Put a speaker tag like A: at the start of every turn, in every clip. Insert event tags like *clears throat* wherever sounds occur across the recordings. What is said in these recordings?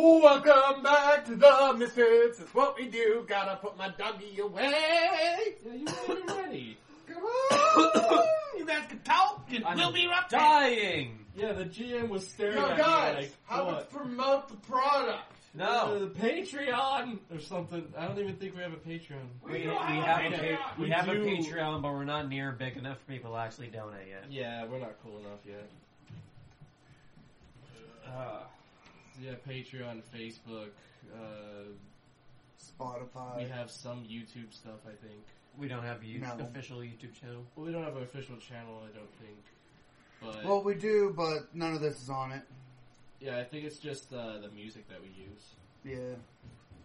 A: Welcome back to the Misfits. It's what we do. Gotta put my doggy away.
B: Yeah, you made it ready.
A: Come on. you guys can talk. And
B: I'm
A: we'll be right back.
C: Dying.
B: Yeah, the GM was staring
A: Yo,
B: at
A: guys,
B: me like,
A: how
B: what?
A: to promote the product?
B: Uh,
C: No.
B: the Patreon or something. I don't even think we have a Patreon.
A: We
C: We, we
A: do
C: have
A: have
C: a
A: a
C: pa-
A: Patreon.
C: we
B: We
C: have a
B: do.
C: Patreon, but we're not near big enough for people to actually donate yet.
B: Yeah, we're not cool enough yet.
C: Uh,
B: Yeah, Patreon, Facebook. Uh,
D: Spotify.
B: we have some YouTube stuff, I think.
C: we don't have a you-
D: No.
C: official YouTube channel.
B: Well, we don't have an official channel, I don't think. But
D: Well, we do, but none of this is on it.
B: yeah, I think it's just uh, the music that we use.
D: Yeah.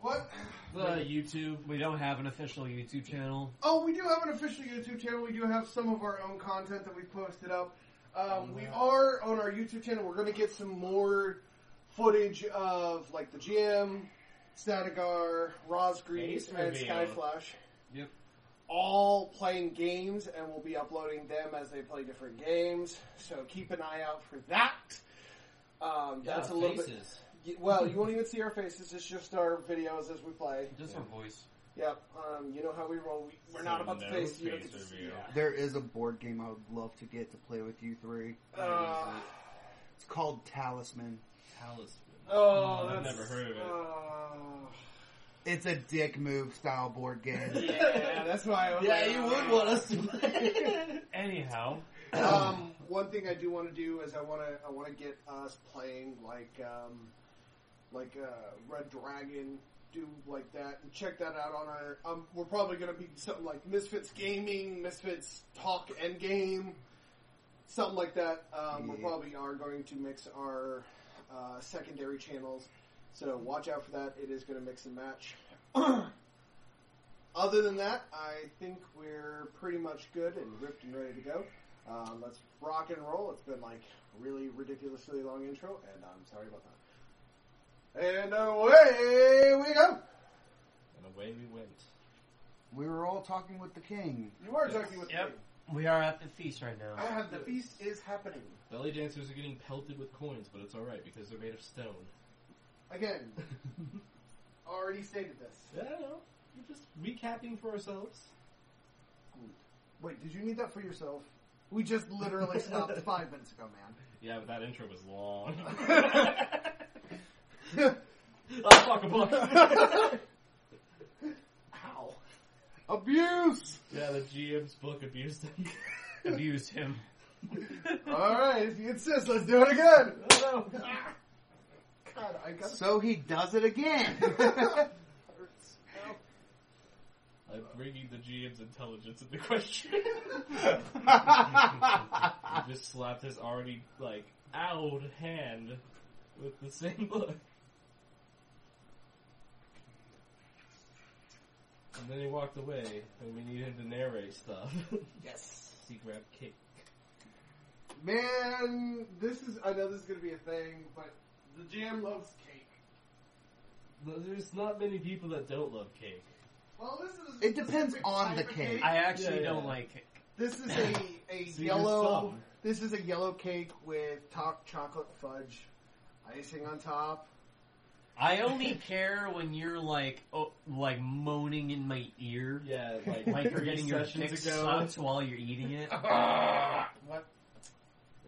A: What?
B: The YouTube.
C: We don't have an official YouTube channel.
A: Oh, we do have an official YouTube channel. We do have some of our own content that we posted up. Um, we are on our YouTube channel. We're going to get some more footage of like the GM, Statigar, Rosgreaves,
B: Face
A: and
B: reveal.
A: Skyflash.
C: Yep.
A: All playing games, and we'll be uploading them as they play different games. So keep an eye out for that. Um, that's
B: Yeah,
A: a little bit.
B: uh, faces.
A: y- Well, you won't even see our faces. It's just our videos as we play.
C: Just our voice.
A: Yep. Um, you know how we roll. We, we're
E: So
A: not about
E: no
A: to face you.
E: face reveal.
D: There is a board game I would love to get to play with you three.
A: Yeah. Uh,
D: It's called Talisman.
B: Talisman.
A: oh,
B: I've
A: that's,
B: never heard of it.
A: Oh.
D: It's a dick move style board *laughs* game.
A: *laughs* yeah, that's why. I was like, uh,
B: us to play.
C: Anyhow,
A: Um, one thing I do want to do is I want to I want to get us playing like um, like uh, Red Dragon, do like that, and check that out on our. Um, we're probably going to be something like Misfits Gaming, Misfits Talk Endgame, something like that. Um, We
D: Yeah.
A: probably are going to mix our uh, secondary channels, so watch out for that. It is going to mix and match. *clears throat* Other than that, I think we're pretty much good and ripped and ready to go. Um, let's rock and roll. It's been like really ridiculously long intro, and I'm sorry about that. And away we go.
B: and away we went.
D: we were all talking with the king.
A: You are talking with
C: Yep.
A: me.
C: we are at the feast
A: *laughs*
C: right now.
A: Ah, the feast is happening
B: Belly dancers are getting pelted with coins, but it's alright because they're made of stone.
A: again. Already stated this.
B: I don't know. We're just recapping for ourselves.
A: Wait, did you need that for yourself? We just literally stopped five minutes ago,
B: Yeah, but that intro was *laughs* long.
A: man.
B: oh, fuck a book. *laughs*
A: Ow.
D: Abuse!
B: yeah, the GM's book abused *laughs* him.
C: Abused him.
A: All right, if you insist, let's do it again.
B: Oh, no.
A: God, I got *laughs*
D: So he does it *laughs* again!
A: hurts.
B: I'm bringing the GM's intelligence into *laughs* question.
D: *laughs*
B: he just slapped his already, like, owled hand with the same *laughs* look. And then he walked away, and we need him to narrate stuff. *laughs*
A: Yes.
B: he grabbed cake.
A: Man, this is. I know this is gonna be a thing, but the GM loves cake.
B: No, There's not many people that don't love cake.
A: Well, this is.
D: It depends
A: this is a
D: on the
A: type of
D: cake.
C: I actually
B: Yeah, yeah.
C: don't like it.
A: This is a a
B: So you
A: yellow.
B: just
A: This is a yellow cake with top chocolate fudge, icing on top.
C: I only care when you're like, oh, like moaning in my ear,
B: Yeah, like,
C: like you're
B: three
C: getting your
B: sessions *laughs*
C: dick sucked while you're eating it.
A: What?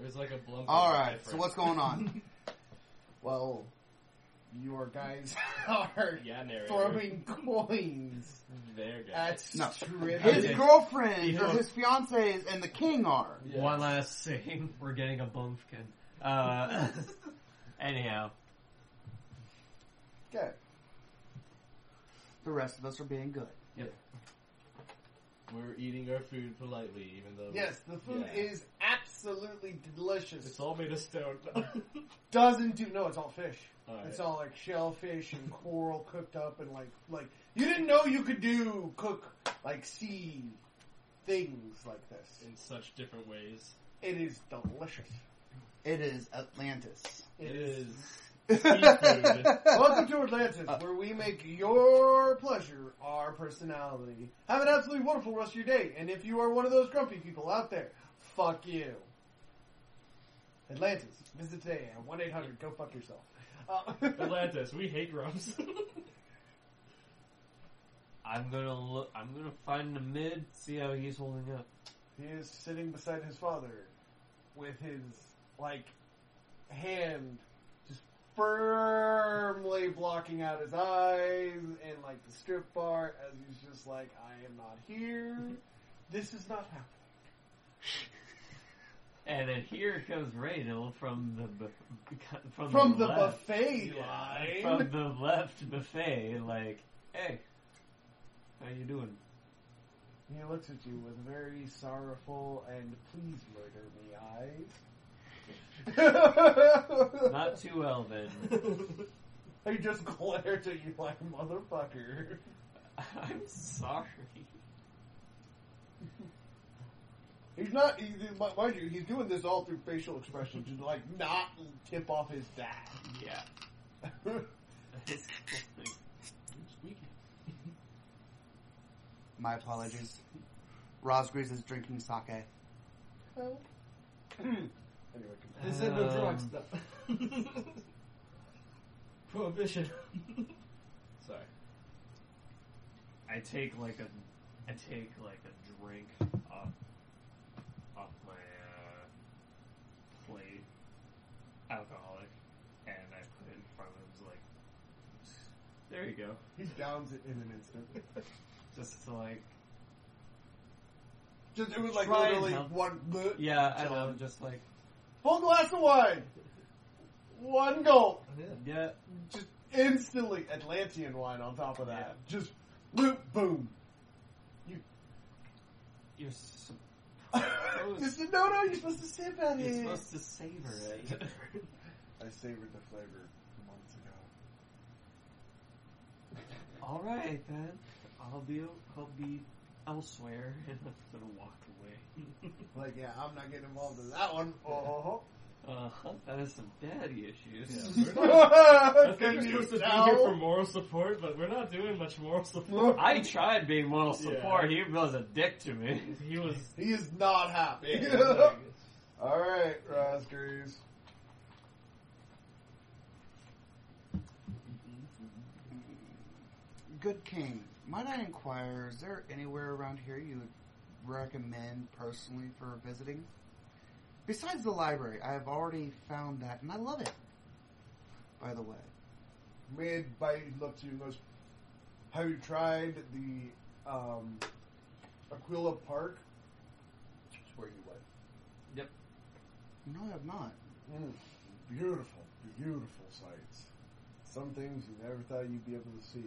B: It was like a blunt.
D: Alright, so what's going on?
A: Well, your guys are
B: Yeah, narrator.
A: throwing coins
B: There, guys.
A: at
D: *laughs* No.
A: Strip.
D: His
C: Okay.
D: girlfriend, or his fiancees, and the king are.
B: Yeah.
C: One last thing, *laughs* we're getting a bumpkin.
F: *laughs*
C: Uh, anyhow,
A: Okay.
D: The rest of us are being good.
B: We're eating our food politely, even though
A: Yes, the food
B: Yeah.
A: is absolutely delicious.
B: it's all made of stone. *laughs*
A: Doesn't do no. It's all fish.
B: Alright.
A: It's all like shellfish and coral cooked up and like like you didn't know you could do cook like sea things like this.
B: in such different ways.
A: It is delicious.
D: It is Atlantis.
B: It is.
A: Welcome to Atlantis, where we make your pleasure our personality. Have an absolutely wonderful rest of your day, and if you are one of those grumpy people out there, fuck you. Atlantis, visit today at one eight hundred. Go fuck yourself.
F: Uh,
B: Atlantis, we hate grumps.
C: I'm gonna look. I'm gonna find the mid. See how he's holding up.
A: He is sitting beside his father with his, like, hand just firmly blocking out his eyes and, like, the strip bar as he's just like, I am not here. This is not happening.
C: And then here comes Raynal from the bu- from,
F: from the
C: left,
F: buffet
B: Yeah,
F: line.
C: from the left buffet. Like, hey, how you doing?
A: He looks at you with very sorrowful and please murder me eyes. *laughs*
C: Not too well then. *laughs*
A: I just glared at you like motherfucker.
C: I'm sorry. *laughs*
F: He's not, he, he- mind you, he's doing this all through facial expressions to like not tip off his dad. *laughs*
C: Yeah. *laughs*
D: My apologies. Rosgreaves is drinking sake.
A: Anyway, continue.
C: They said no drugs,
B: Um, Prohibition. Sorry. I take like a, I take like a drink off, off my uh, plate, alcoholic, and I put it in front of him. It's like, there you go.
A: he downs it in an instant.
B: Just to like,
F: Just it was like
C: Try and
F: literally
C: help.
F: one bleh.
C: Yeah, and I'm just like,
F: full glass of wine, one gulp,
B: Oh,
C: yeah,
F: just instantly Atlantean wine on top of that. Just boom, boom.
C: you're
F: *laughs*
C: supposed,
F: Just no, no, you're supposed to sip at
C: you're
F: it.
C: supposed to savor it. *laughs*
A: I savored the flavor months ago.
C: All right then, I'll be I'll be elsewhere, *laughs* and I'm just gonna walk away. *laughs*
F: Like, yeah, I'm not getting involved in that one. Oh,
C: Uh huh. That is some daddy issues.
B: yeah, we're not- I think we're supposed to be here for moral support, but we're not doing much moral support.
C: I tried being moral
B: Yeah.
C: support. He was a dick to me.
B: He was.
F: he is not happy.
B: *laughs* Yeah,
A: All right, Rosgreaves.
D: Good King, might I inquire, is there anywhere around here you would recommend personally for visiting? Besides the library, I have already found that, and I love it. By the way,
A: Mid bite looks at you and goes, Have you tried the um, Aquila Park? It's where you went.
D: no, I have not.
A: Mm, beautiful, beautiful sights. Some things you never thought you'd be able to see.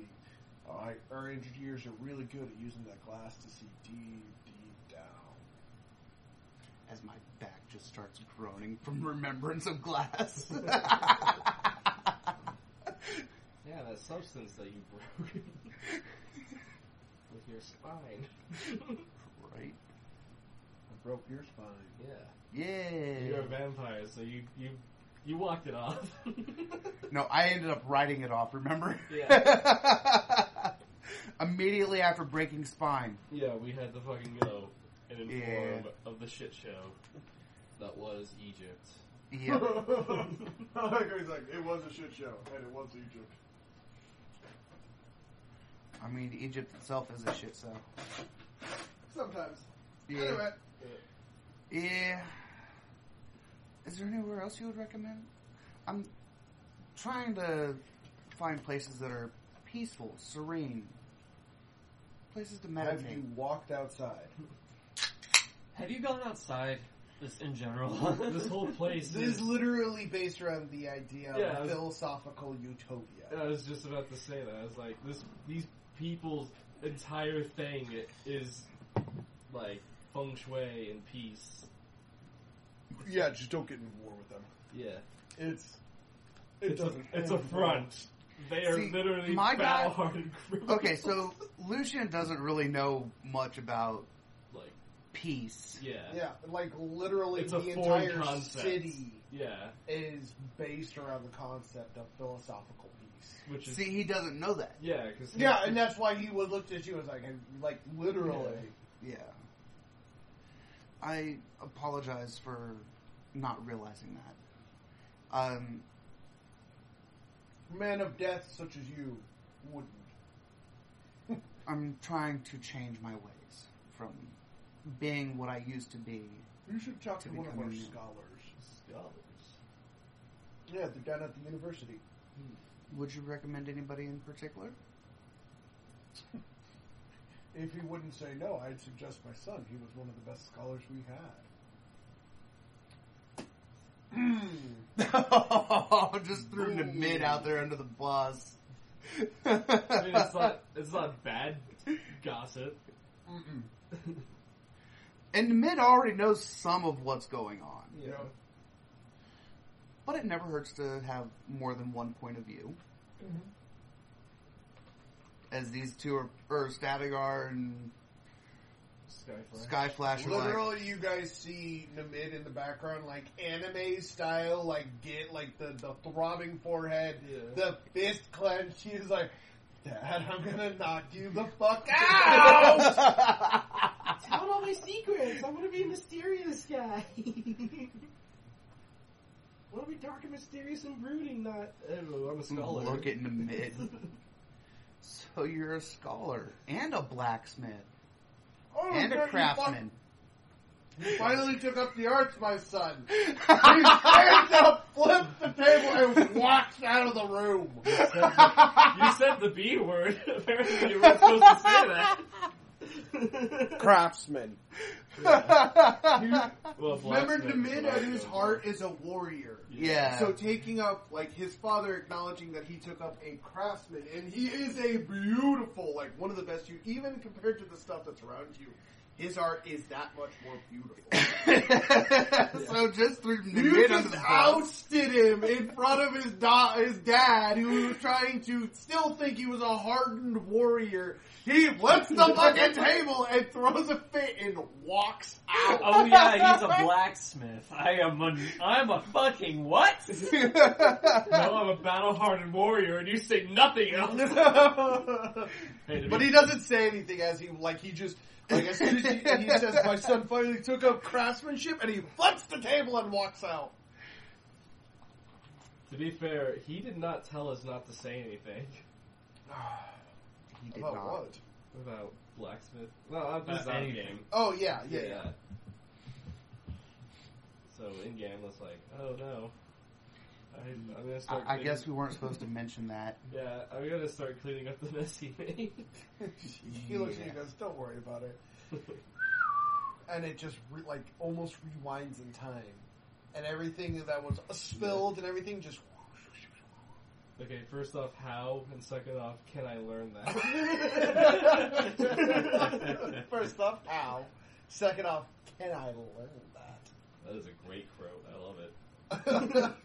A: Uh, our engineers are really good at using that glass to see deep, deep down.
D: As my back just starts groaning from remembrance of glass. *laughs*
B: that substance that you broke *laughs* with your *laughs* spine.
D: right?
A: I broke your spine.
B: yeah.
D: Yeah.
B: You're a vampire, so you you you walked it off. *laughs*
D: No, I ended up writing it off, remember? *laughs* Immediately after breaking spine.
B: yeah, we had to fucking go and inform
D: Yeah.
B: of the shit show that was Egypt.
F: *laughs*
D: *laughs* Yeah.
A: *laughs*
F: He's like, it was a shit show, and it was Egypt.
D: I mean, Egypt itself is a shit, so.
F: Sometimes.
D: Yeah.
F: Anyway,
D: Yeah. Is there anywhere else you would recommend? I'm trying to find places that are peaceful, serene, places to
A: Have
D: meditate.
A: you walked outside?
C: Have you gone outside? Just in general.
B: *laughs*
C: *laughs*
B: This whole place
F: this is
B: is.
F: literally based around the idea
B: Yeah, I
F: of a
B: was-
F: philosophical utopia.
B: I was just about to say that. I was like, this these people's entire thing is like feng shui and peace.
A: Yeah, just don't get in war with them.
B: Yeah.
A: It's
B: It's a, it's a front. They are
D: See,
B: literally
D: my guy-
B: battle-hardened *laughs* criminals.
A: *laughs*
D: okay, so Lucian doesn't really know much about
B: like,
D: peace.
B: yeah,
F: Yeah, like literally
B: It's a
F: the
B: foreign
F: entire
B: concept.
F: city
B: yeah,
F: is based around the concept of philosophical peace.
B: which is
D: See, he doesn't know that.
B: yeah, because
F: Yeah, and that's why he would looked at you as like, like literally.
D: Yeah. I apologize for not realizing that. Um,
A: man of death such as you wouldn't.
D: I'm trying to change my ways from being what I used to be.
A: You should talk to,
D: To
A: one of
D: become
A: our
D: a-
A: scholars.
B: Scholars.
A: Yeah, they're down at the university.
D: Would you recommend anybody in particular? *laughs*
A: If he wouldn't say no, I'd suggest my son. He was one of the best scholars we had.
D: Just threw the mid out there under the bus.
B: I mean, it's
C: *laughs*
B: not, it's not bad gossip.
A: Mm-mm.
D: *laughs* and mid already knows some of what's going on,
A: You know,
D: but it never hurts to have more than one point of view. As these two are, or Statigar and
B: Skyfly.
D: Skyflash are like, *laughs*
A: Literally, you guys see Namid in the background, like anime style, like get like the, the throbbing forehead, the fist clenched. She's like, Dad, I'm gonna knock you the fuck out.
C: Tell all my secrets. I'm gonna be a mysterious guy. *laughs* I want to be dark and mysterious and brooding, not
B: I don't know, I'm a scholar.
D: look
C: *laughs*
D: at mid. so you're a scholar and a blacksmith
A: *laughs* oh,
D: and
A: yeah,
D: a
A: you
D: craftsman.
A: fin- finally took up the arts, my son.
D: *laughs*
A: He
D: I
A: stands up, flips the table, and walks out of the room.
B: You said the B word. *laughs* Apparently, you weren't supposed to say
A: *laughs*
B: that.
A: Craftsman.
D: *laughs*
B: Well,
F: Remember,
B: blacksmith is
F: Demid
B: what
F: at
B: I
F: his
B: go
F: heart
B: for.
F: is a warrior.
B: *laughs*
D: yeah.
F: So taking up like his father acknowledging that he took up a craftsman and he is a beautiful like one of the best you even compared to the stuff that's around you. His art is that much more beautiful. *laughs*
D: so just through
F: you
D: mid under
F: just
D: the bus.
F: ousted him in front of his da- his dad who was trying to still think he was a hardened warrior. He flips
D: *laughs*
F: the fucking table and throws a fit and walks out.
C: Oh yeah, he's a blacksmith. I am a I'm a fucking what?
B: No, I'm a battle hardened warrior, and you say nothing else. Hey,
F: *laughs* But he doesn't say anything as he like he just like as soon as he, he says my son finally took up craftsmanship and he flips the table and walks
D: *sighs*
F: out.
B: to be fair, he did not tell us not to say anything
D: He
A: Oh,
D: did
F: About
D: not.
F: Oh, what?
B: about blacksmith. Well, I'm
C: About
B: just on
C: anything.
B: game.
F: Oh yeah, yeah, yeah.
B: So in game, it's like, oh no. I, I'm gonna start.
D: I, I
B: cleaning-
D: guess we weren't supposed to mention that.
B: Yeah, I'm gonna start cleaning up the mess he made.
F: *laughs*
A: He looks at
D: Yeah.
A: you guys. Don't worry about it. and it just re- like almost rewinds in time, and everything that was uh, spilled and everything just. *laughs*
B: *laughs* Okay, first off, how, and second off, can I learn that?
A: First off, how? Second off, can I learn
B: that is a great quote. I love it.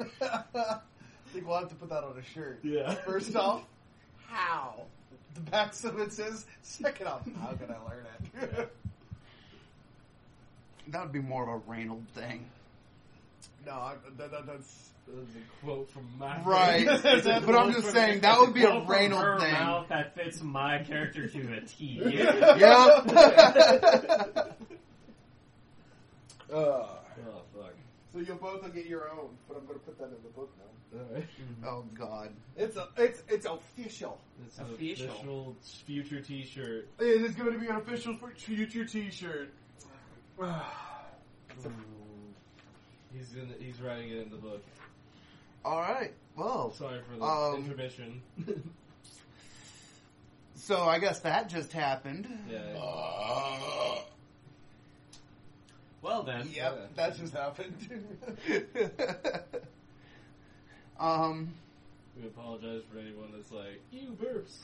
A: that? *laughs* I think we'll have to put that on a shirt.
B: Yeah.
A: First off, how? The back of it says. Second off, how can I learn it?
D: That would be more of a Reynold thing.
A: no, I, that, that, that's
B: that is a quote from Oh, my
D: Right. *laughs* but I'm just saying, that would be a
C: Well, from her
D: Reynold thing.
C: mouth that fits my character to a
B: *laughs*
C: T.
D: Yep.
A: *laughs* Uh,
B: Oh fuck!
F: So you'll both will get your own, but I'm going to put that in the book now.
B: All right.
D: oh, God.
F: It's a, it's it's official.
B: It's an
C: Official.
B: official future T-shirt.
F: It is going to be an official for future
A: *sighs*
F: T-shirt.
C: Uh,
B: He's in. He's writing it in the book.
D: Alright. Well,
B: Sorry for the
D: Um,
B: intermission.
D: so I guess that just happened.
B: Yeah.
C: Oh, Well then,
A: yep, that just happened. *laughs*
D: *laughs* um,
B: We apologize for anyone that's like, you burps.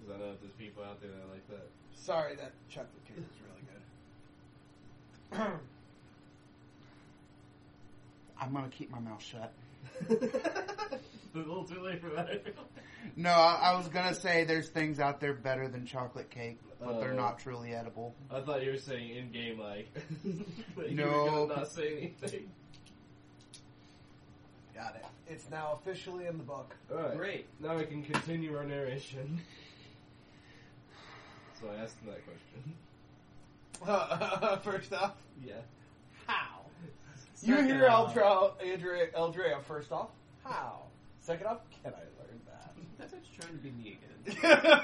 B: Because I know that there's people out there that like that.
A: Sorry, that chocolate cake was really good.
D: I'm going to keep my mouth shut.
B: It's a little too late for that.
D: No, I, I was going to say there's things out there better than chocolate cake, but
C: Uh,
D: they're
B: Oh.
D: not truly edible.
B: I thought you were saying in game, like, *laughs* that you were
D: No.
B: gonna not say anything.
A: *clears throat* Got it. It's now officially in the book. *laughs*
B: Alright.
C: great.
B: Now we can continue our narration. So I asked him that question.
A: first off,
B: Yeah.
A: how?
C: Second
A: you hear
C: off.
A: Eldra, Andrea, Eldrea first off, how? Second off, can I learn
C: trying to be me again.
A: *laughs*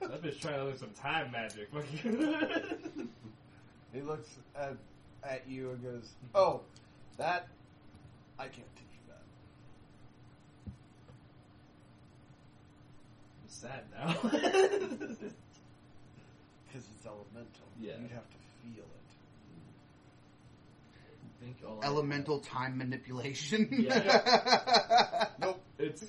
B: That bitch trying to look some time magic. *laughs*
A: He looks at, at you and goes, "Oh, that I can't teach you that."
B: I'm sad now. *laughs*
A: Because it's elemental.
B: Yeah.
A: You'd have to feel it.
B: Think all-
D: Elemental time manipulation.
A: Nope.
B: It's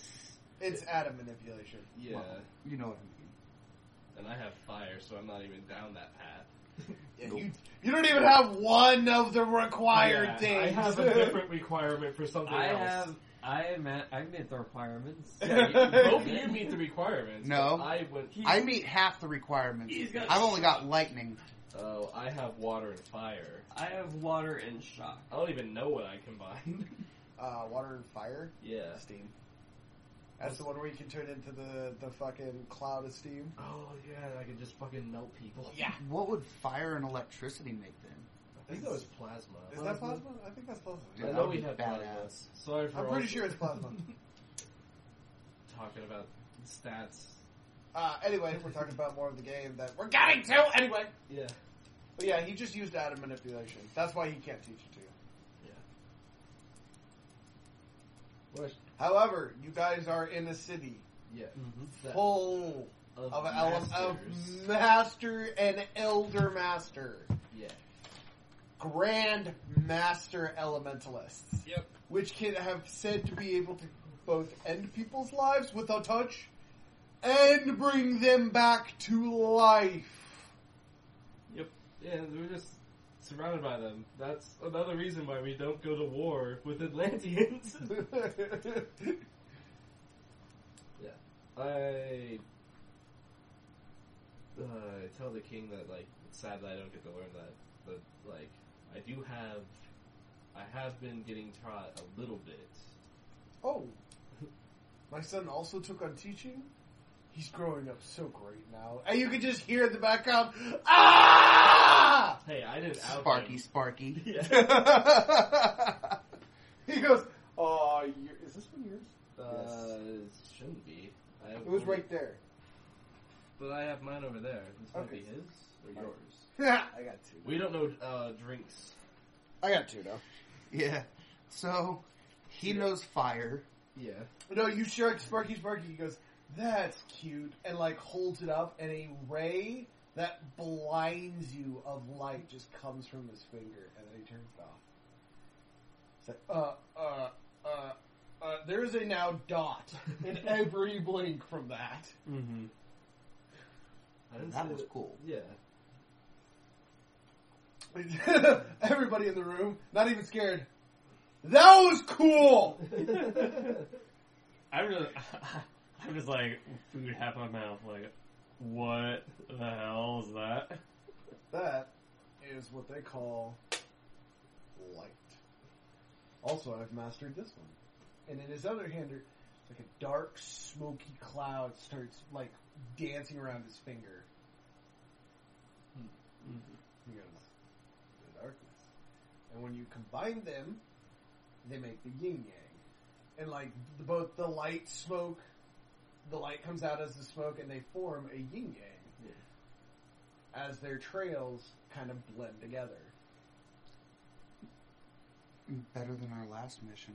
A: It's atom manipulation.
B: yeah,
D: *laughs* you know what I
B: and I have fire, so I'm not even down that path.
A: Yeah,
D: Nope.
A: you, you don't even have one of the required
B: Yeah,
A: things.
B: I have
A: *laughs*
B: a different requirement for something
C: I
B: else.
C: have. I am at. I meet
B: *laughs*
C: the requirements.
B: Yeah, *laughs* you- both of you meet *laughs* the requirements.
D: No.
B: but I went.
D: mean. I meet half the requirements.
C: He's got
D: I've only got lightning.
B: Oh, I have water and fire.
C: I have water and shock.
B: I don't even know what I combined. *laughs*
A: uh, water and fire.
B: yeah.
A: Steam. That's the one where you can turn into the, the fucking cloud of steam.
B: Oh yeah, I can just fucking melt people.
D: What would fire and electricity make then?
B: I think that was plasma.
A: Is that plasma? I think that's plasma.
D: Yeah,
B: I
D: that
B: know
D: would
B: we
D: be
B: had plasma.
D: badass.
B: Sorry for
A: I'm
B: all
A: pretty sure it's
B: *laughs*
A: plasma.
B: talking about stats.
A: Uh, anyway, we're talking about more of the game that we're getting to anyway.
B: Yeah.
A: But yeah, he just used atom manipulation. That's why he can't teach it to you.
B: What?
A: However, you guys are in a city
B: Yeah.
C: Mm-hmm.
B: That-
A: full
B: of
A: of, ele- of
B: masters.
A: master and elder master,
B: Yeah.
A: grand master elementalists,
B: Yep.
A: which can have said to be able to both end people's lives with a touch and bring them back to life.
B: Yep. Yeah, we're just surrounded by them. That's another reason why we don't go to war
A: *laughs*
B: with Atlanteans. I uh, I tell the king that like it's sad that I don't get to learn that, but like I do have I have been getting taught a little bit.
A: Oh, *laughs* my son also took on teaching. He's growing up so great now, and you can just hear in the background, ah! *laughs*
B: Hey, I didn't out
D: Sparky,
B: him.
D: Sparky.
B: *laughs* Yeah.
A: he goes, "Oh, you- is this one yours?
B: Uh, it shouldn't be. I have
A: It was
B: one-
A: right there. *laughs*
B: but I have mine over there. This might
A: Okay.
B: be his or
A: Mine.
B: yours.
A: I got two.
B: We don't know uh, drinks.
A: I got two now.
D: Yeah. So he knows fire.
B: Yeah.
A: No, you share Sparky, Sparky. He goes, "That's cute," and like holds it up, and a ray that blinds you of light just comes from his finger, and then he turns it off. It's like, uh, uh, uh, uh. There is a now dot in every blink from that. *laughs*
C: Mm-hmm.
B: I didn't
D: That
B: say
D: was cool.
B: Yeah.
A: Everybody in the room, not even scared. That was cool.
C: I'm *laughs* just, I'm just like food half my mouth. Like, what the hell is that?
A: That is what they call light. Also, I've mastered this one. And in his other hand, it's like a dark, smoky cloud starts like dancing around his finger. Hmm. He goes, the darkness. And when you combine them, they make the yin yang. And like the, both the light smoke, the light comes out as the smoke, and they form a yin yang. As their trails kind of blend together.
D: Better than our last mission.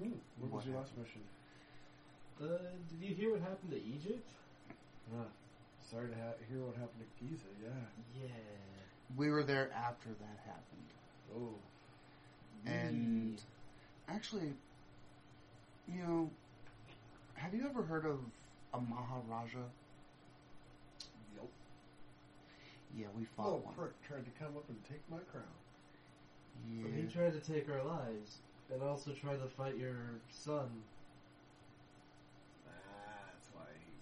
A: Hmm, what was
D: What
A: your last mission?
B: Uh, did you hear what happened to Egypt?
A: Ah, sorry to ha- hear what happened to Giza. Yeah.
B: Yeah.
D: We were there after that happened.
A: Oh,
D: And actually, you know, have you ever heard of a Maharaja?
A: yep.
D: Yeah, we fought
A: Little
D: one.
A: prick tried to come up and take my crown.
D: Yeah.
B: But he tried to take our lives and also tried to fight your son.
A: That's why he's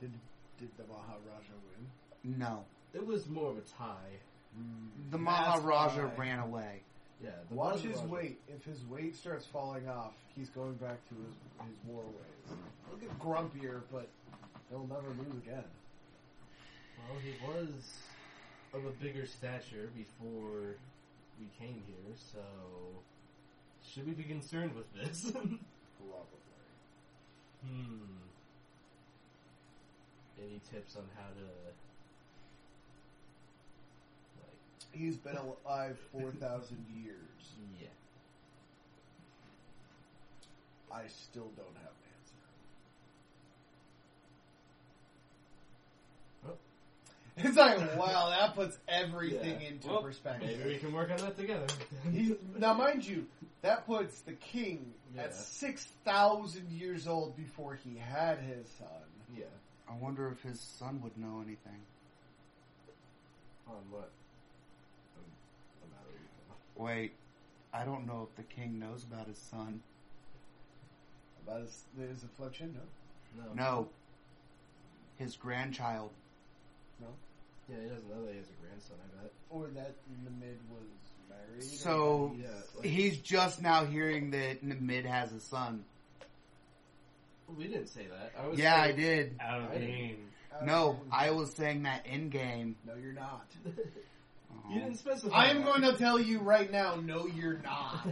A: grumpy. Did did the Maharaja win?
D: No,
B: It was more of a tie.
D: the
A: That's
D: Maharaja
A: why.
D: ran away.
B: Yeah.
A: Hmm, Watch
B: Maharaja-
A: his weight. If his weight starts falling off, he's going back to his, his war ways. He'll get grumpier, but he'll never lose again.
B: Well, he was of a bigger stature before we came here, so should we be concerned with this? *laughs*
A: Probably.
B: Hmm. Any tips on how to like
A: He's been alive 4,000 years.
B: yeah.
A: I still don't have an answer. It's like, wow, that puts everything
B: Yeah.
A: into
B: Well,
A: perspective.
B: Maybe we can work on that
D: *laughs*
B: together.
A: He's, now, mind you, that puts the king
B: Yeah.
A: at 6,000 years old before he had his son.
B: yeah.
D: I wonder if his son would know anything.
B: On what? Um, I'm out of it.
D: Wait, I don't know if the king knows about his son.
A: About his, his affliction, no?
B: No.
D: No, his grandchild.
B: Yeah, he doesn't know that he has a grandson. I bet.
A: Or that Namid was married?
D: So
B: Yeah. Like,
D: he's just now hearing that Namid has a son.
B: we didn't say that. I was
D: Yeah, I
B: saying-
D: did.
B: Out
A: of
B: game.
D: No, I was saying that in game.
A: uh, No, you're not.
B: *laughs* You
D: Oh.
B: didn't specify.
A: I am going to tell you right now, no, you're not.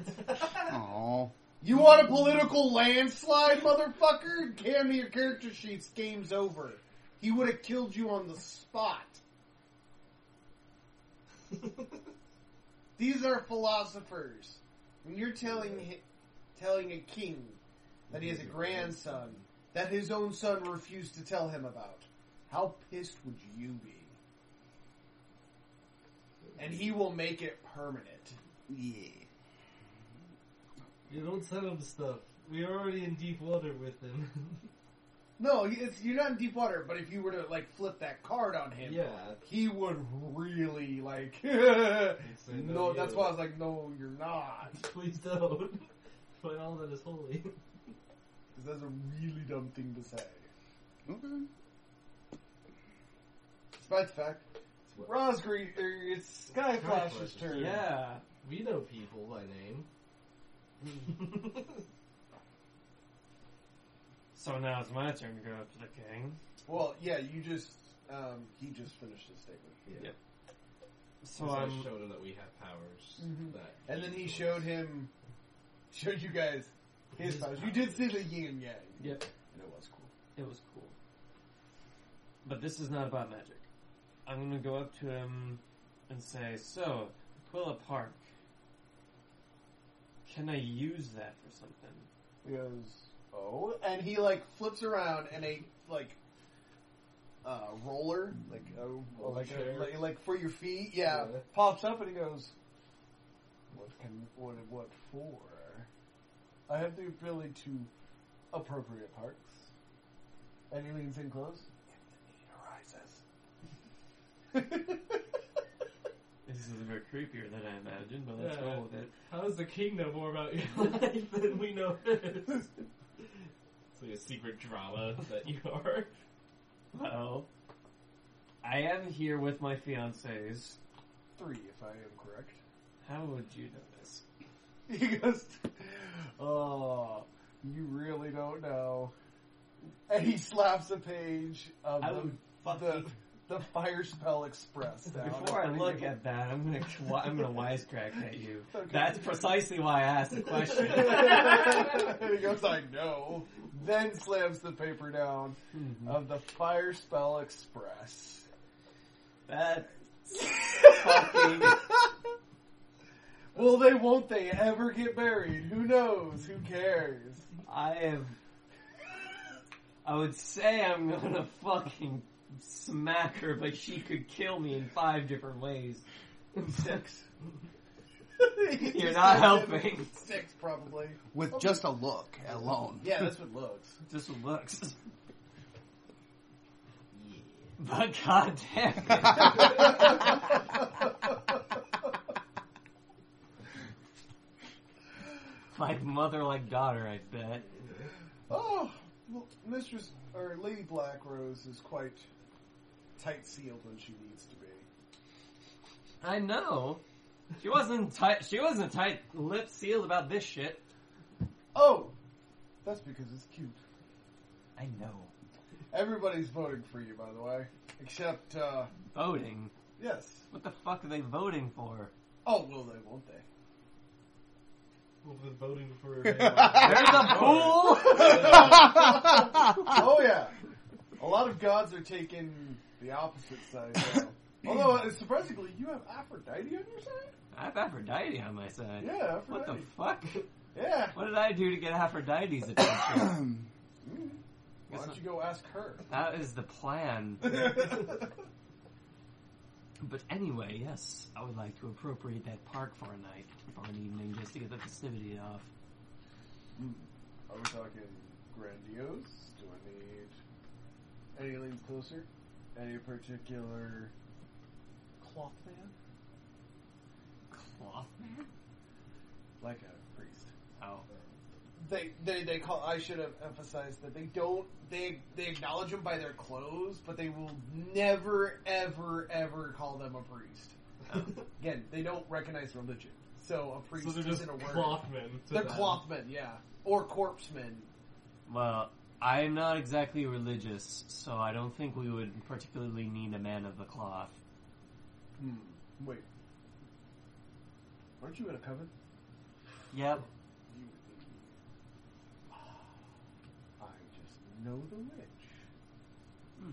D: Oh,
A: You want a political landslide, motherfucker? Hand me your character sheets. Game's over. He would have killed you on the spot. These are philosophers. When you're telling hi- telling a king that he has a grandson that his own son refused to tell him about, how pissed would you be? And he will make it permanent.
D: yeah.
B: *laughs* You don't send him stuff. We're already in deep water with him. *laughs*
A: No, it's, you're not in deep water. But if you were to like flip that card on him,
B: yeah.
A: he would really like. *laughs*
B: It's like,
A: no, that's
B: you-
A: why I was like, no, you're not.
B: Please don't. But all that is holy.
A: 'Cause that's a really dumb thing to say.
D: Okay.
A: Despite the fact, Roz Green, er, it's Skyflash's
B: Skyflash's
A: turn.
C: Yeah.
B: We know people by name.
C: So now it's my turn to go up to the king.
A: Well, yeah, you just, um, he just finished his statement,
B: yeah.
C: So
B: So I
C: I'm.
B: showed him that we have powers.
A: Mhm.
B: That
A: and then he
B: enjoys.
A: showed him, showed you guys his
B: His
A: powers. You did see the yin and yang.
C: Yep.
A: and it was cool.
C: It was cool. But this is not about magic. I'm gonna go up to him and say, So, Aquila Park, can I use that for something?
A: He goes, oh, and he like flips around and a like. Uh, roller, like Oh, a,
B: Roller
A: like, a,
B: chair.
A: like like for your feet, yeah,
B: Yeah.
A: Pops up and he goes, "What can what what for? I have the ability to appropriate parts." And he leans in close. If the need arises.
C: This is a bit creepier than I imagined, but let's
B: Yeah.
C: roll with it.
B: How does the king know more about your life than we know his? It's like a secret drama that you are.
C: Well, I am here with my fiancés.
A: *laughs* Three, if I am correct.
C: How would you know this?
A: *laughs* He goes, "Oh, you really don't know." And he slaps a page of
C: I
A: the,
C: would
A: the the fire spell express. down.
C: Before I look at that, I'm gonna wa- I'm gonna wisecrack at you.
A: *laughs* Okay.
C: That's precisely why I asked
A: *laughs*
C: the question.
A: and he goes, I know. Then slams the paper down
C: Mhm.
A: of the Fire Spell Express.
C: that
A: Will they, won't they ever get married? Who knows? Who cares?
C: I am. I would say I'm gonna fucking smack her, but she could kill me in five different ways.
A: *laughs* Six.
C: *laughs* You're not helping.
A: Six, probably.
D: With just a look alone.
A: Yeah, that's what looks.
C: Just looks.
B: Yeah.
C: But goddamn
D: *laughs*
C: it. *laughs* like mother, like daughter, I bet.
A: *laughs* Oh, well, Mistress or Lady Black Rose is quite tight sealed when she needs to be.
C: I know. She wasn't tight. She wasn't tight lip sealed about this shit.
A: Oh, that's because it's cute.
C: I know.
A: Everybody's voting for you, by the way, except uh,
C: Voting.
A: yes.
C: What the fuck are they voting for?
A: Oh, will they? Won't
C: *laughs*
A: they?
B: Well, the voting for
C: There's a pool.
A: Oh, gods are taking the opposite side.
C: *laughs*
A: Though. Although uh, surprisingly, you have Aphrodite on your side.
C: I have Aphrodite on my side.
A: Yeah,
C: What the
A: Aphrodite.
C: fuck?
A: yeah.
C: What did I do to get Aphrodite's attention?
F: Hmm.
A: Mm. Why
C: Guess
A: don't
C: I-
A: you go ask
B: *laughs*
A: her?
C: that is the plan.
A: okay.
C: But anyway, yes, I would like to appropriate that park for a night, for an evening, just to get the festivity off.
A: Hmm. Are we talking grandiose? Do I need any leans closer? Any particular cloth man?
C: Cloth?
A: Like a priest.
C: Oh.
F: They, they, they call. I should have emphasized that they don't. They they acknowledge them by their clothes, but they will never, ever, ever call them a priest.
B: Oh.
F: Again, they don't recognize religion, so a priest
B: So they're just
F: isn't a word.
B: clothmen. to
F: they're
B: them.
F: clothmen, yeah, or corpsemen.
C: Well, I'm not exactly religious, so I don't think we would particularly need a man of the cloth.
A: Hmm. Wait. Aren't you in a coven?
C: Yep.
A: You would think you I just know the witch.
C: Hmm.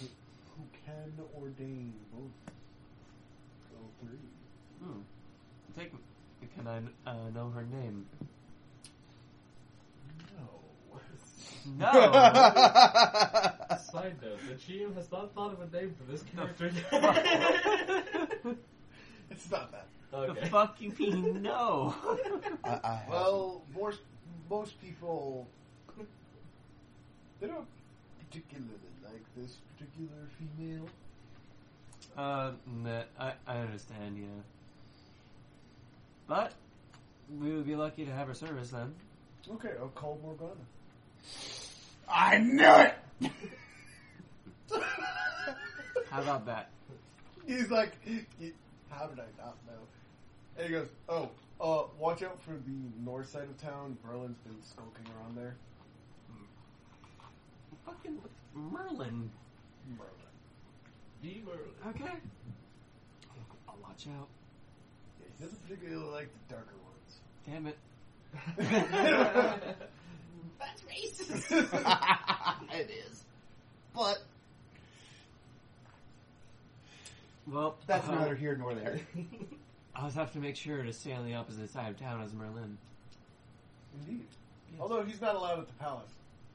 A: Who, who can ordain both. All three.
C: Hmm. Take, can I uh, know her name?
A: No.
D: *laughs*
C: No!
B: Side note: The GM has not thought of a name for this character. *laughs*
F: It's not that.
C: The
B: okay.
C: fuck you mean no? *laughs*
D: I, I have-
F: Well, most most people they don't
A: particularly like this particular female.
C: uh, nah, I, I understand, yeah. But, we would be lucky to have her service then.
A: Okay, I'll call Morgana.
D: I knew it.
C: How about that?
A: *laughs* He's like, how did I not know? And he goes, oh, uh, watch out for the north side of town. Berlin's been skulking around there.
C: Fucking Merlin.
A: Merlin.
B: B. Merlin.
C: Okay. I'll watch out.
A: Yeah, he doesn't particularly like the darker ones.
C: Damn it.
F: That's racist.
D: *laughs* it is, but
C: Well,
D: that's
C: uh,
A: Uh-huh.
D: neither here nor there.
B: *laughs*
C: I'll just have to make sure to stay on the opposite side of town as *laughs* Merlin.
A: Indeed. Although he's not allowed at the palace.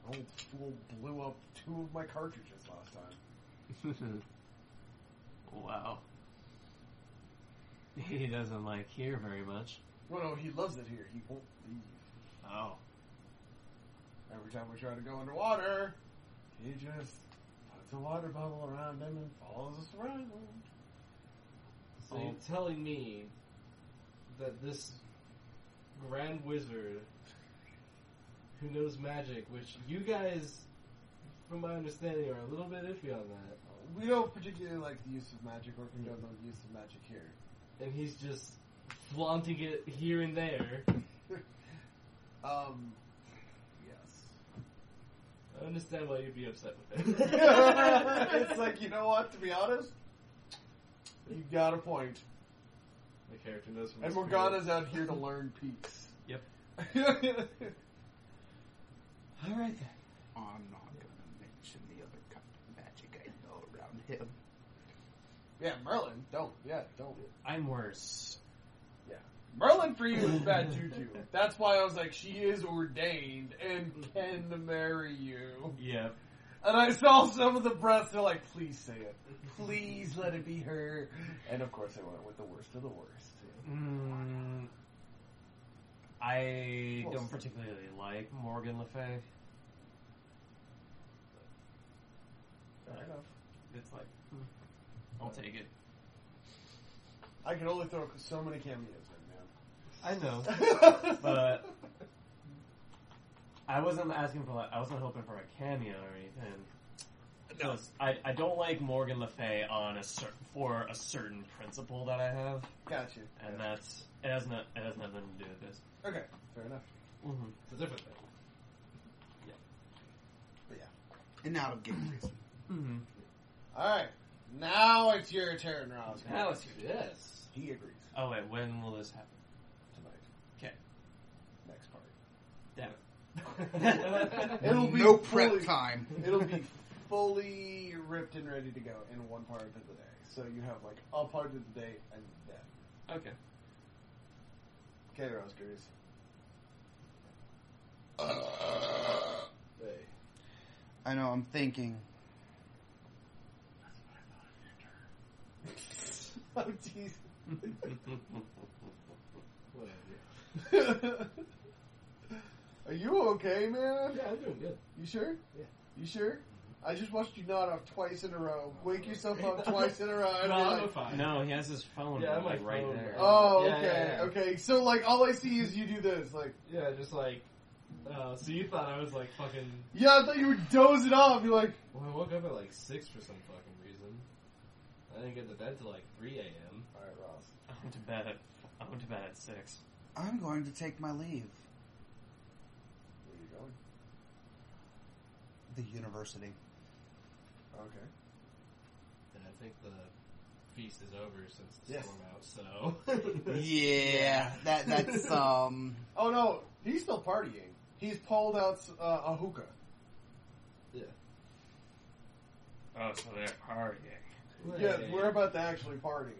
A: Old fool blew up two of my cartridges last time.
C: wow. *laughs* He doesn't like here very much.
A: Well, no, he loves it here. He won't leave.
C: Oh.
A: Every time we try to go underwater, he just puts a water bubble around him and follows us around.
B: So you're telling me that this grand wizard who knows magic, which you guys, from my understanding, are a little bit iffy on that,
A: We don't particularly like the use of magic or condone the use of magic here.
B: and he's just flaunting it here and there.
A: Um, yes.
B: I understand why you'd be upset
A: *laughs*
B: with him. *laughs*
A: it's like, you know what, to be honest? You got a point.
B: the character knows from
A: And
B: experience.
A: Morgana's out here to learn peace.
C: Yep.
A: *laughs*
D: Alright then. I'm not gonna mention the other kind of magic I know around him.
A: yeah, Merlin, don't. Yeah, don't.
C: I'm worse.
A: Merlin for you is bad juju. That's why I was like, she is ordained and can marry you.
C: Yep.
A: And I saw some of the breaths. They're like, please say it. Please let it be her. And of course, I went with the worst of the worst.
C: Mm, I
A: Well,
C: don't
A: s-
C: particularly like Morgan Le Fay.
A: Fair enough.
C: It's like, mm, I'll take it.
A: I can only throw so many cameos in,
C: I *laughs* know.
A: man.
C: But- I wasn't asking for. Like, I wasn't hoping for a cameo or anything. No, I, I don't like Morgan Le Fay on a cer- for a certain principle that I have,
A: gotcha.
C: and that's it has not it has nothing to do with this.
A: Okay, fair enough.
C: Mm-hmm.
B: It's a different thing.
D: And now I'm getting crazy.
C: Mm-hmm.
A: All right, now it's your turn, Ross.
B: Now it's
A: *laughs*
B: yes.
A: he agrees
C: Oh wait, when will this happen?
A: tonight.
C: 'Kay.
A: Next part.
C: Damn it.
A: It'll be
D: no
A: fully-
D: prep time.
A: It'll be fully ripped and ready to go in one part of the day. So you have like a part of the day and then.
C: Okay.
A: Okay, Roskers. Hey.
D: I know, I'm thinking.
A: *laughs* Oh, jeez.
C: Mm-hmm.
A: *laughs* Are you okay, man?
B: Yeah, I'm doing good.
A: You sure?
B: Yeah.
A: You sure? I just watched you nod off twice in a row. Wake yourself *laughs* up twice in a row. and
B: No,
A: be
B: I'm
A: like,
B: fine.
C: No, he has his phone
B: Yeah,
C: like
B: my
C: right
B: phone.
C: there.
A: Oh,
B: Yeah,
A: okay,
B: yeah, yeah.
A: okay. So like, all I see is you do this. Like,
B: Yeah, just like. Uh, so you thought I was like fucking.
A: yeah, I thought you were dozing off. You're like,
B: Well, I woke up at like six for some fucking reason. I didn't get to bed till like three a.m.
A: all right, Ross.
C: I went to bed at I went to bed at six.
D: I'm going to take my leave.
A: Where are you going?
D: The university.
A: Okay.
B: And I think the feast is over since the
A: Yes.
B: storm out.
A: *laughs*
B: So
D: Yeah, that *laughs* that's um.
A: Oh no, he's still partying. He's pulled out uh, a hookah.
C: Oh, so they're partying.
A: Yeah, we're about to actually party.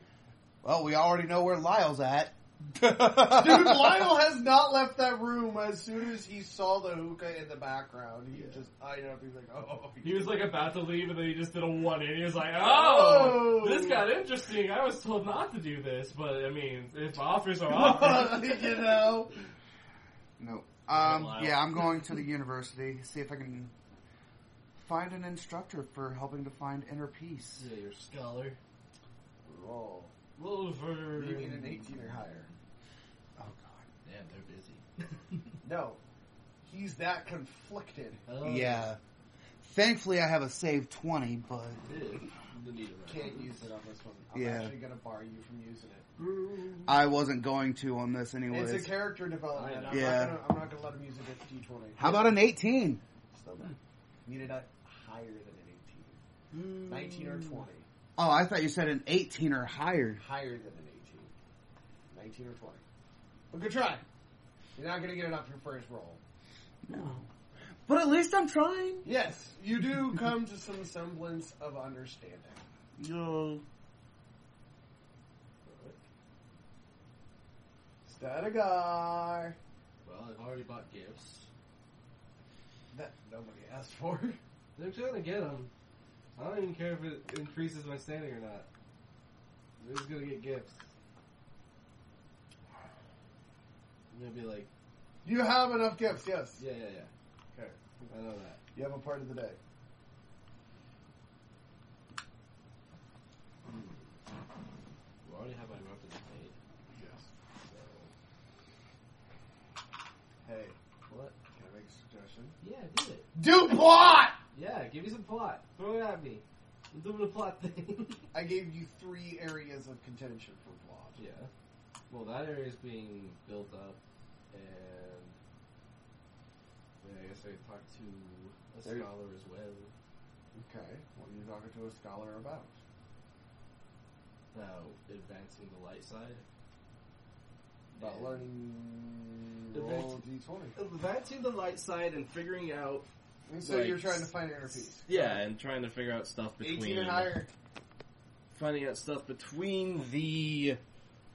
D: Well, we already know where Lyle's at.
A: Dude, Lionel has not left that room. As soon as he saw the hookah in the background, he
B: Yeah.
A: just eyed up. He's like, oh.
B: He was like about to leave, and then he just did a one, and he was like, "Oh,
A: Oh. *laughs*
B: this got interesting. I was told not to do this, but I mean, if offers
C: *laughs*
B: are offered,
A: *laughs* you know?
D: *laughs* No. Um.
B: Lyle.
D: Yeah, I'm going to the university. See if I can find an instructor for helping to find inner peace.
B: yeah, your scholar,
A: Roll. You
B: Wolver.
A: need an 18 or higher.
D: Oh God.
B: Damn, they're busy.
A: *laughs* No. He's that conflicted.
B: Oh,
D: Yeah. Thankfully, I have a save twenty, but
B: dude, you need a
A: Can't use it on this one. I'm
D: Yeah.
A: actually going to bar you from using it.
B: round.
D: I wasn't going to on this anyways.
A: It's a character development.
B: I know.
A: I'm
D: Yeah.
A: not gonna- I'm not going to let him use it at D20.
D: How about an eighteen?
A: It's not bad. Needed a higher than an 18. 19 or 20.
D: Oh, I thought you said an eighteen or higher.
A: Higher than an 18. 19 or 20. But good try. You're not going to get it off your first roll.
D: No. But at least I'm trying.
A: Yes, you do come to some semblance of understanding.
D: Yo.
A: Statigar.
B: Well, I've already bought gifts.
A: That nobody asked for.
B: They're trying to get them. I don't even care if it increases my standing or not. They're just gonna get gifts. I'm gonna be like,
A: You have enough gifts, yes.
B: yeah, yeah, yeah. Okay, I know that.
A: You have a part of the day.
B: We already have my rope in the plate,
A: Yes.
B: so
A: Hey,
B: what?
A: can I make a suggestion?
B: Yeah, do it.
A: Do plot!
B: Yeah, give me some plot. Throw it at me. I'm doing a plot thing. *laughs*
A: I gave you three areas of contention for plot.
B: yeah. Well, that area is being built up, and yeah, I guess I could talk to a
A: There-
B: scholar as well.
A: Okay, what are you talking to a scholar about?
B: Now, advancing the light side.
A: About
B: And-
A: learning
B: The
A: roll d20.
B: Advancing the light side and figuring out.
A: And so
B: Like-
A: you're trying to find inner peace.
C: Yeah, and trying to figure out stuff
A: 18 and higher.
C: finding out stuff between the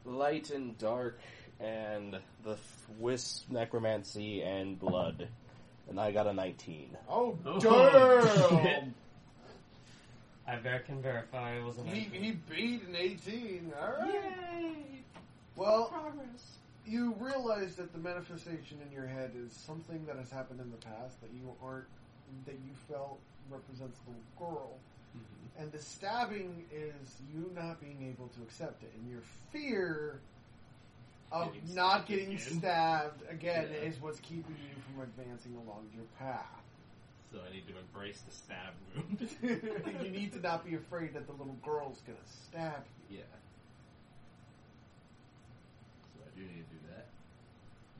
C: light and dark and the wisp necromancy and blood. And I got a 19.
A: Oh,
C: Oh, shit.
A: damn!
C: I ver- can verify it was a
A: He,
C: 19.
A: he beat an 18. Alright. Well, you realize that the manifestation in your head is something that has happened in the past that you aren't, that you felt represents the girl.
B: Mm-hmm.
A: And the stabbing is you not being able to accept it. And your fear of
B: Getting
A: not
B: stabbed
A: getting
B: again.
A: stabbed again
B: Yeah.
A: is what's keeping you from advancing along your path. *laughs*
B: So I need to embrace the stab wound. *laughs*
A: you need to not be afraid that the little girl's gonna stab you.
B: Yeah. So I do need to do that.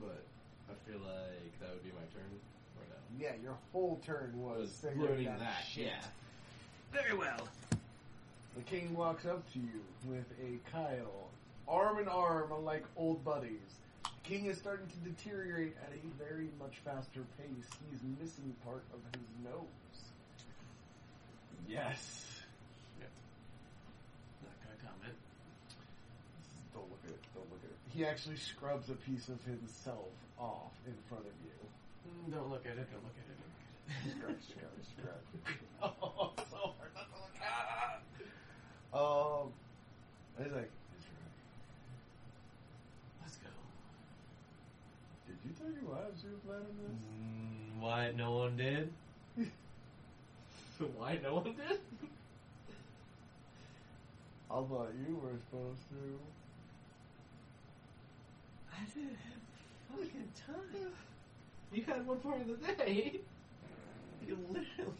B: But I feel like that would be my turn. Or no?
A: Yeah, your whole turn was,
B: was
A: figuring
B: learning
A: that,
B: that.
A: shit.
B: Yeah. Very well.
A: The king walks up to you with a Kyle, arm in arm, like old buddies. The king is starting to deteriorate at a very much faster pace. He's missing part of his nose.
C: Yes. Not gonna comment.
A: Don't look at it. Don't look at it. He actually scrubs a piece of himself off in front of you.
C: Mm, Don't look at it. Don't look at it. Don't look
A: Scratch, scratch, scratch. *laughs*
C: at it. oh, it's so hard not to look at it.
A: Um, and he's like, "It's right.
C: Let's go.
A: did you tell your wives you were planning this?
C: Mm, why no
B: *laughs*
C: one did? why no one did?
A: I thought you were supposed to.
C: I didn't have fucking time. You had one part of the day. *laughs* You literally.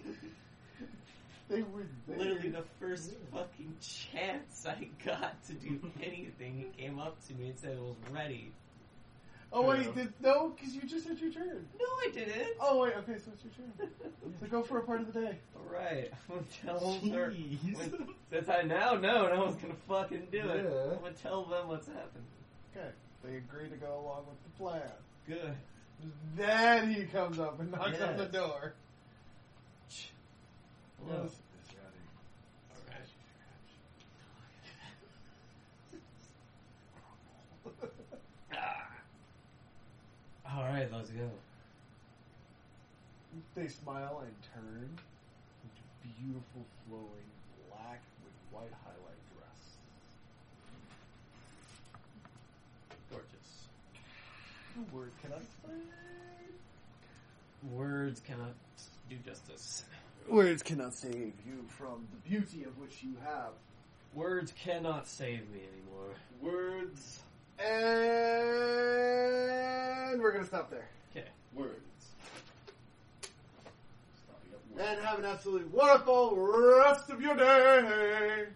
A: They were there.
C: literally the first fucking chance I got to do anything, he came up to me and said it was ready.
A: Oh wait, did, no, because you just had your turn.
C: No, I didn't.
A: Oh wait, okay, so it's your turn. So go for a part of the day.
C: *laughs* All right, I'm gonna tell her. when- since I now know no one's gonna fucking do it,
A: Yeah.
C: I'm gonna tell them what's happened.
A: Okay, they agree to go along with the plan.
C: Good.
A: Then he comes up and knocks on the
C: Yes.
A: door.
C: Hello.
A: Yes, it's ready.
C: All right.
A: *laughs*
C: Ah. All right, let's go.
A: They smile and turn into beautiful flowing black with white highlight dress.
C: Gorgeous.
A: The word can I say?
C: Words cannot do justice.
G: Words cannot save you from the beauty of which you have.
C: Words cannot save me anymore.
G: Words. And we're gonna stop there.
C: Okay.
G: Words. And have an absolutely wonderful rest of your day!